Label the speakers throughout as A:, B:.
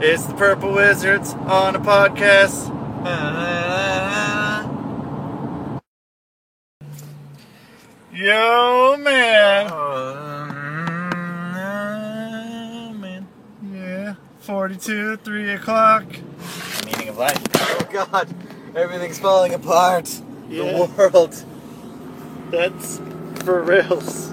A: It's the Purple Wizards on a podcast. Yo, man. man. Yeah. 42, 3 o'clock. Meaning of life.
B: Oh God, everything's falling apart.
A: Yeah.
B: world.
A: That's for reals.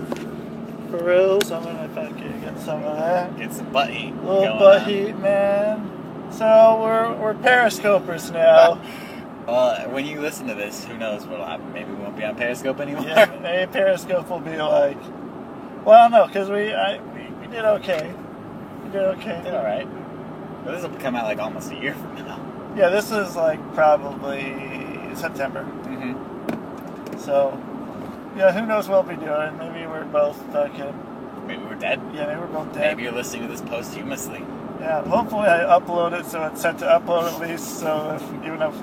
A: For reals, I'm gonna fucking get some of that.
C: Get some butt heat.
A: Little
C: going
A: butt
C: on.
A: heat, man. So we're, we're periscopers now.
C: Well, when you listen to this, who knows what'll happen? Maybe we won't be on Periscope anymore.
A: yeah, a Periscope will be like, well, no, because we, I, we we did okay. We did okay.
C: Did all right. But this will come out like almost a year from now.
A: Yeah, this is like probably September.
C: Mm-hmm.
A: So, yeah, who knows what we'll be doing? Maybe we're both fucking.
C: Maybe we're dead.
A: Yeah, maybe we're both dead.
C: Maybe you're listening to this posthumously.
A: Yeah, hopefully I upload it so it's set to upload at least. So if, even if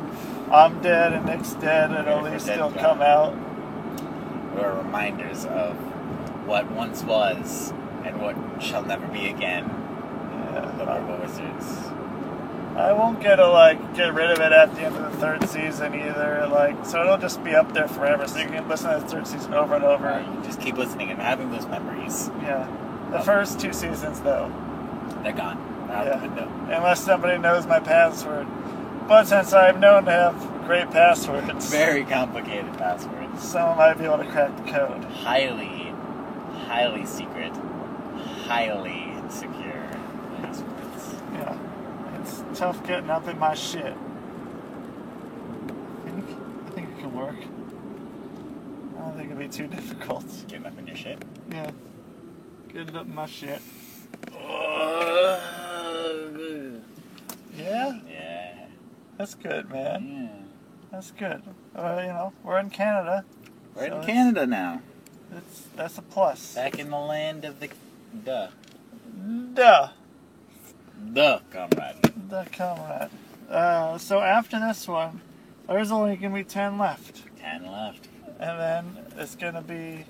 A: I'm dead and Nick's dead, it'll
C: Yeah,
A: at
C: if
A: least
C: you're
A: still
C: dead,
A: come out.
C: We're reminders of what once was and what shall never be again. Uh, The Marvel Wizards.
A: I won't get to like get rid of it at the end of the third season either. Like, so it'll just be up there forever. So you can listen to the third season over and over.
C: Uh, you just keep listening and having those memories.
A: Yeah, the first two seasons though,
C: They're gone. They're out
A: Yeah.
C: the window.
A: unless somebody knows my password. But since I'm known to have great passwords,
C: Very complicated passwords.
A: someone might be able to crack the code.
C: highly, highly secret, highly secure passwords.
A: Yeah, it's tough getting up in my shit. I think, I think it can work. I don't think it'd be too difficult.
C: Getting up in your shit.
A: Yeah, getting up in my shit. Yeah,
C: Yeah.
A: that's good, man.
C: yeah.
A: That's good. Uh, you know, we're in Canada.
C: We're
A: So
C: in
A: it's-
C: Canada now.
A: That's that's a plus.
C: Back in the land of the duh.
A: Duh.
C: The comrade.
A: The comrade. Uh, so after this one, there's only gonna be ten left,
C: Ten left.
A: and then it's gonna be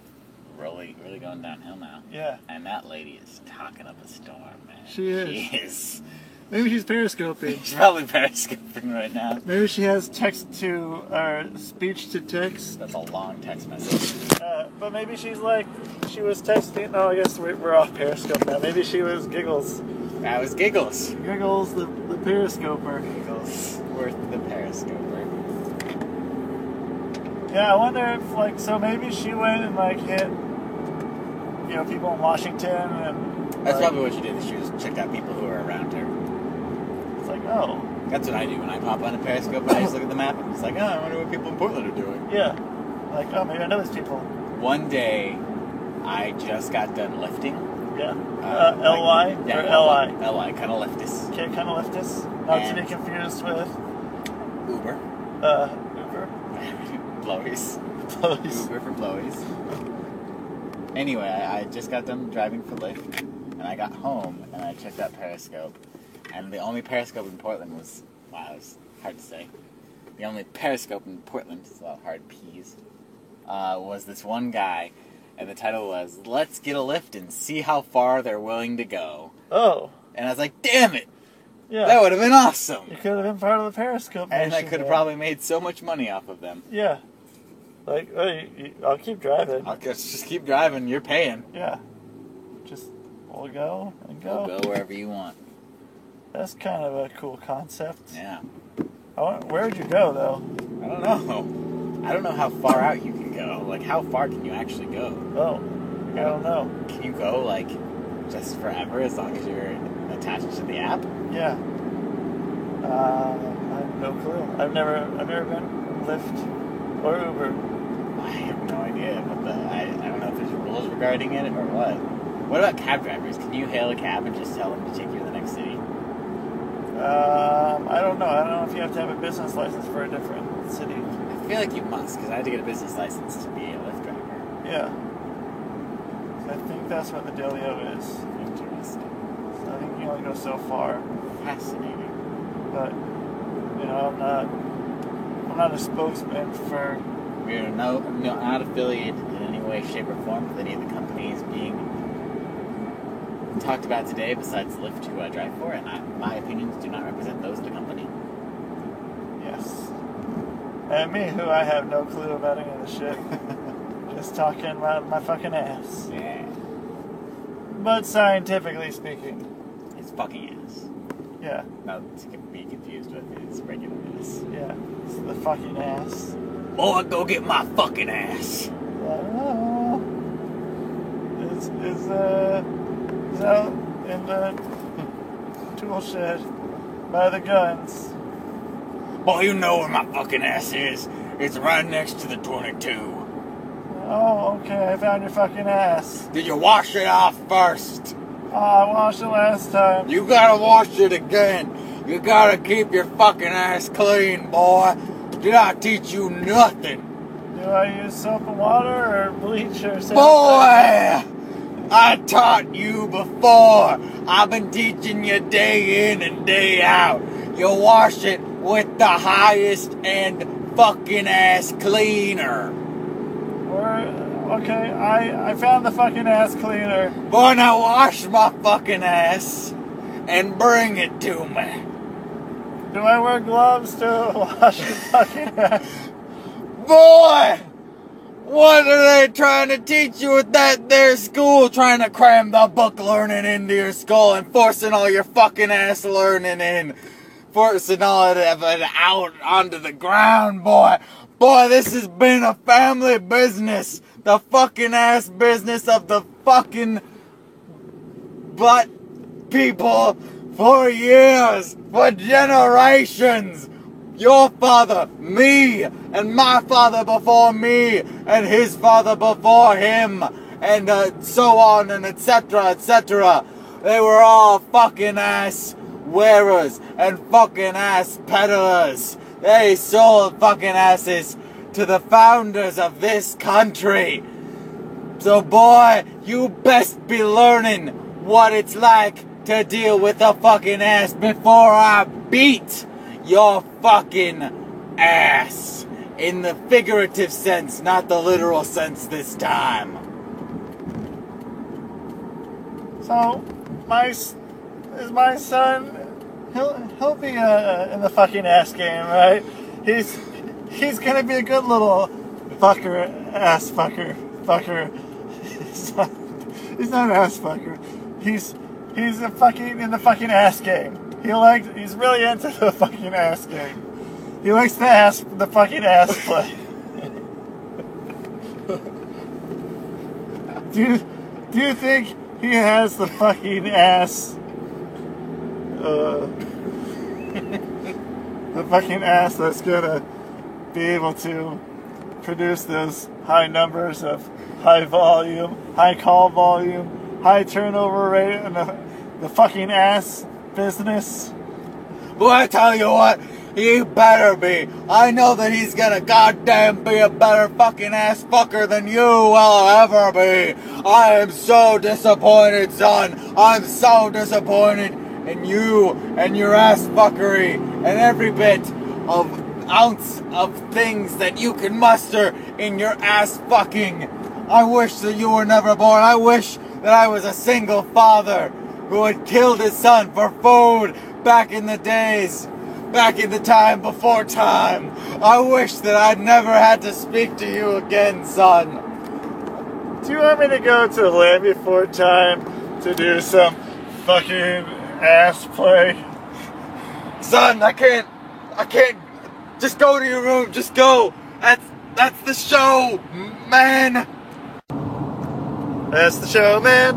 C: Really, really going downhill now.
A: yeah.
C: And that lady is talking up a storm, man.
A: She is.
C: She is.
A: Maybe she's periscoping.
C: She's probably periscoping right now.
A: Maybe she has text to or speech to text.
C: That's a long text message.
A: Uh, but maybe she's like she was texting. No, I guess we- we're off periscope now. Maybe she was giggles.
C: That was giggles.
A: Giggles the the periscoper.
C: Giggles worth the periscoper.
A: Yeah, I wonder if like so maybe she went and like hit you know people in Washington and
C: That's
A: like,
C: probably what she did. Is she just checked out people who are around her.
A: it's like oh.
C: That's what I do when I pop on a Periscope. and I just look at the map and it's like, oh, I wonder what people in Portland are doing.
A: Yeah. Like, oh, maybe I know these people.
C: One day, I just got done lifting.
A: Yeah.
C: uh,
A: Uh,
C: like-
A: LY
C: yeah,
A: or LI.
C: LI, kind of leftist.
A: Okay, kind of leftist. Not to be confused with
C: Uber.
A: uh, Uber.
C: blowies.
A: Blowies.
C: Uber for blowies. Anyway, I I just got done driving for Lyft, and I got home and I checked out Periscope, and the only Periscope in Portland was wow, it's hard to say. The only Periscope in Portland, it's a lot of hard P's, uh, was this one guy, and the title was "Let's Get a Lift and See How Far They're Willing to Go,"
A: Oh,
C: and I was like, "Damn it,
A: yeah.
C: that would have been awesome!"
A: you could have been part of the Periscope.
C: And I
A: Nation
C: could have
A: there.
C: probably made so much money off of them.
A: Yeah. Like, oh, you, you, I'll keep driving.
C: I'll just just keep driving. You're paying.
A: Yeah. Just We'll go and go.
C: We'll go wherever you want.
A: That's kind of a cool concept.
C: Yeah.
A: I want- where'd you go though?
C: I don't know. I don't know how far out you can go. Like, how far can you actually go?
A: Oh, I don't know.
C: Can you go, like, just forever as long as you're attached to the app?
A: Yeah. Uh, I have no clue. I've never, I've never been Lyft or Uber.
C: I have no idea. But the, I, I don't know if there's rules regarding it or what. What about cab drivers? Can you hail a cab and just tell them to take you to the next city?
A: Um, I don't know. I don't know if you have to have a business license for a different city.
C: I feel like you must, because I had to get a business license to be a Lyft driver.
A: Yeah. I think that's what the dealio is.
C: Interesting.
A: I think you only go so far,
C: Fascinating.
A: but you know, I'm not, I'm not a spokesman for.
C: We're no, no, not affiliated in any way, shape, or form with any of the companies being talked about today besides Lyft, who I drive for, and I, my opinions do not represent those of the company.
A: Yes. And me, who I have no clue about any of the shit, just talking about my fucking ass.
C: Yeah.
A: But scientifically speaking,
C: It's fucking ass.
A: yeah,
C: Not to be confused with his regular ass.
A: yeah, it's the fucking ass.
C: Or go get my fucking ass.
A: Oh. Is is uh is out in the tool shed by the guns.
C: Well, Oh, you know where my fucking ass is. It's right next to the 22.
A: Oh, okay, I found your fucking ass.
C: Did you wash it off first?
A: Oh, I washed it last time.
C: You gotta wash it again. You gotta keep your fucking ass clean, boy. Did I teach you nothing?
A: Do I use soap and water or bleach or something?
C: Boy! I taught you before. I've been teaching you day in and day out. You wash it with the highest and fucking ass cleaner.
A: Or, okay, I, I found the fucking ass cleaner.
C: Boy, now wash my fucking ass and bring it to me.
A: Do I wear gloves to wash your fucking ass?
C: Boy, what are they trying to teach you at that their school? Trying to cram the book learning into your skull and forcing all your fucking ass learning in. Forcing all of it out onto the ground, boy. Boy, this has been a family business. The fucking ass business of the fucking butt people for years, for generations. Your father, me, and my father before me, and his father before him, and uh, so on, and etc., etc. They were all fucking ass wearers and fucking ass peddlers. They sold fucking asses to the founders of this country. So, boy, you best be learning what it's like to deal with a fucking ass before I beat your fucking ass. In the figurative sense, not the literal sense this time.
A: So, my, s- is my son, he'll, he'll be uh, in the fucking ass game, right? He's, he's gonna be a good little fucker, ass fucker, fucker. He's not, he's not an ass fucker. He's, he's a fucking, in the fucking ass game. He likes, he's really into the fucking ass game. He likes the ass, the fucking ass play. do you, do you think he has the fucking ass? Uh, the fucking ass that's gonna be able to produce those high numbers of high volume, high call volume, high turnover rate, and the, the fucking ass business.
C: But I tell you what, he better be. I know that he's gonna goddamn be a better fucking ass fucker than you will ever be. I am so disappointed, son. I'm so disappointed in you and your ass fuckery and every bit of ounce of things that you can muster in your ass fucking. I wish that you were never born. I wish that I was a single father who had killed his son for food back in the days, back in the time before time. I wish that I'd never had to speak to you again, son.
A: Do you want me to go to Land Before Time to do some fucking ass play.
C: Son, I can't. I can't. Just go to your room. Just go. That's that's the show, man.
A: That's the show, man.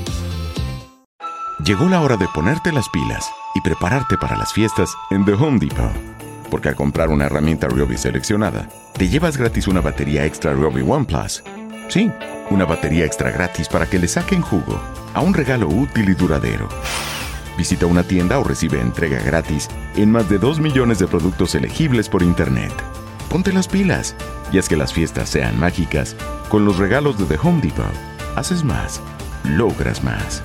D: Llegó la hora de ponerte las pilas y prepararte para las fiestas en The Home Depot. Porque al comprar una herramienta Ryobi seleccionada, te llevas gratis una batería extra Ryobi One Plus. Sí, una batería extra gratis para que le saquen jugo a un regalo útil y duradero. Visita una tienda o recibe entrega gratis en más de 2 millones de productos elegibles por Internet. Ponte las pilas y haz que las fiestas sean mágicas con los regalos de The Home Depot. Haces más, logras más.